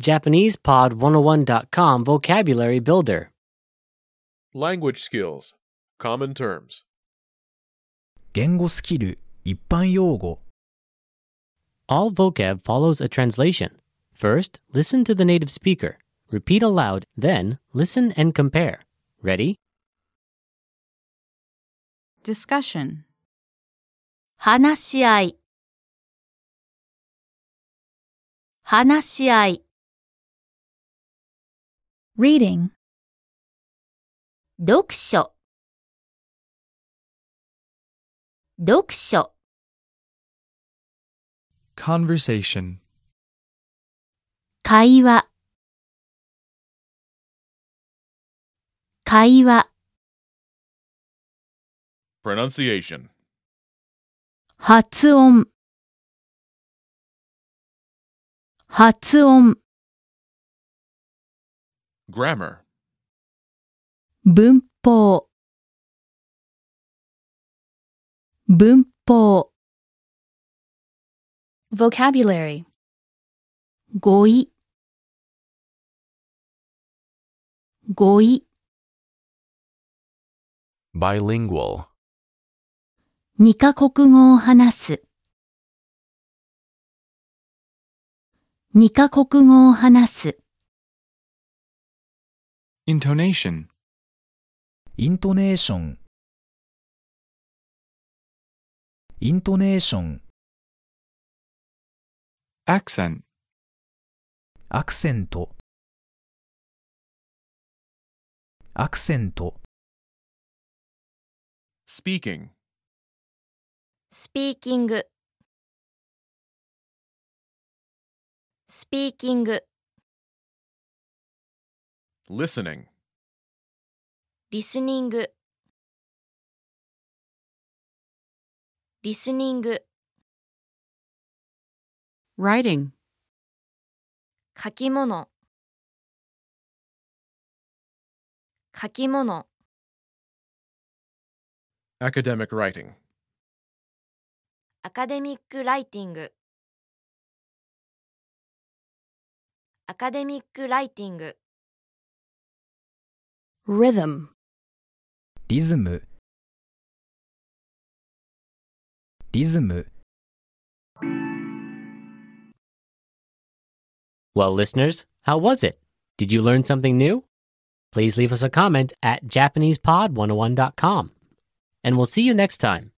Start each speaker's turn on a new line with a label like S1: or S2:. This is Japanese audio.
S1: JapanesePod101.com Vocabulary Builder.
S2: Language skills. Common terms.
S3: 言語スキル一般用語
S1: All vocab follows a translation. First, listen to the native speaker. Repeat aloud, then, listen and compare. Ready?
S4: Discussion.
S5: 話し合い話し合い
S4: Reading.
S5: 読書読書
S6: Conversation.
S5: 会話会話
S2: Pronunciation.
S5: 発音発音
S2: Grammar.
S5: 文法文法 vocabulary 語彙語彙
S7: bilingual,
S5: 二カ国語を話す。二カ国語を話す。
S6: Intonation.
S3: イントネーションイントネーション
S6: Accent.
S3: アクセントアクセント
S2: Speaking.
S5: スピーキング。スピーキング。
S2: Listening.
S5: リスニング。リスニング。
S4: Writing.
S5: 書き物書き物
S2: Academic writing.
S5: アカデミックライティングアカデミックライティング
S4: Rhythm.
S3: リズムリズム
S1: Well, listeners, how was it? Did you learn something new? oh Please leave us a comment at JapanesePod101.com. And we'll see you next time.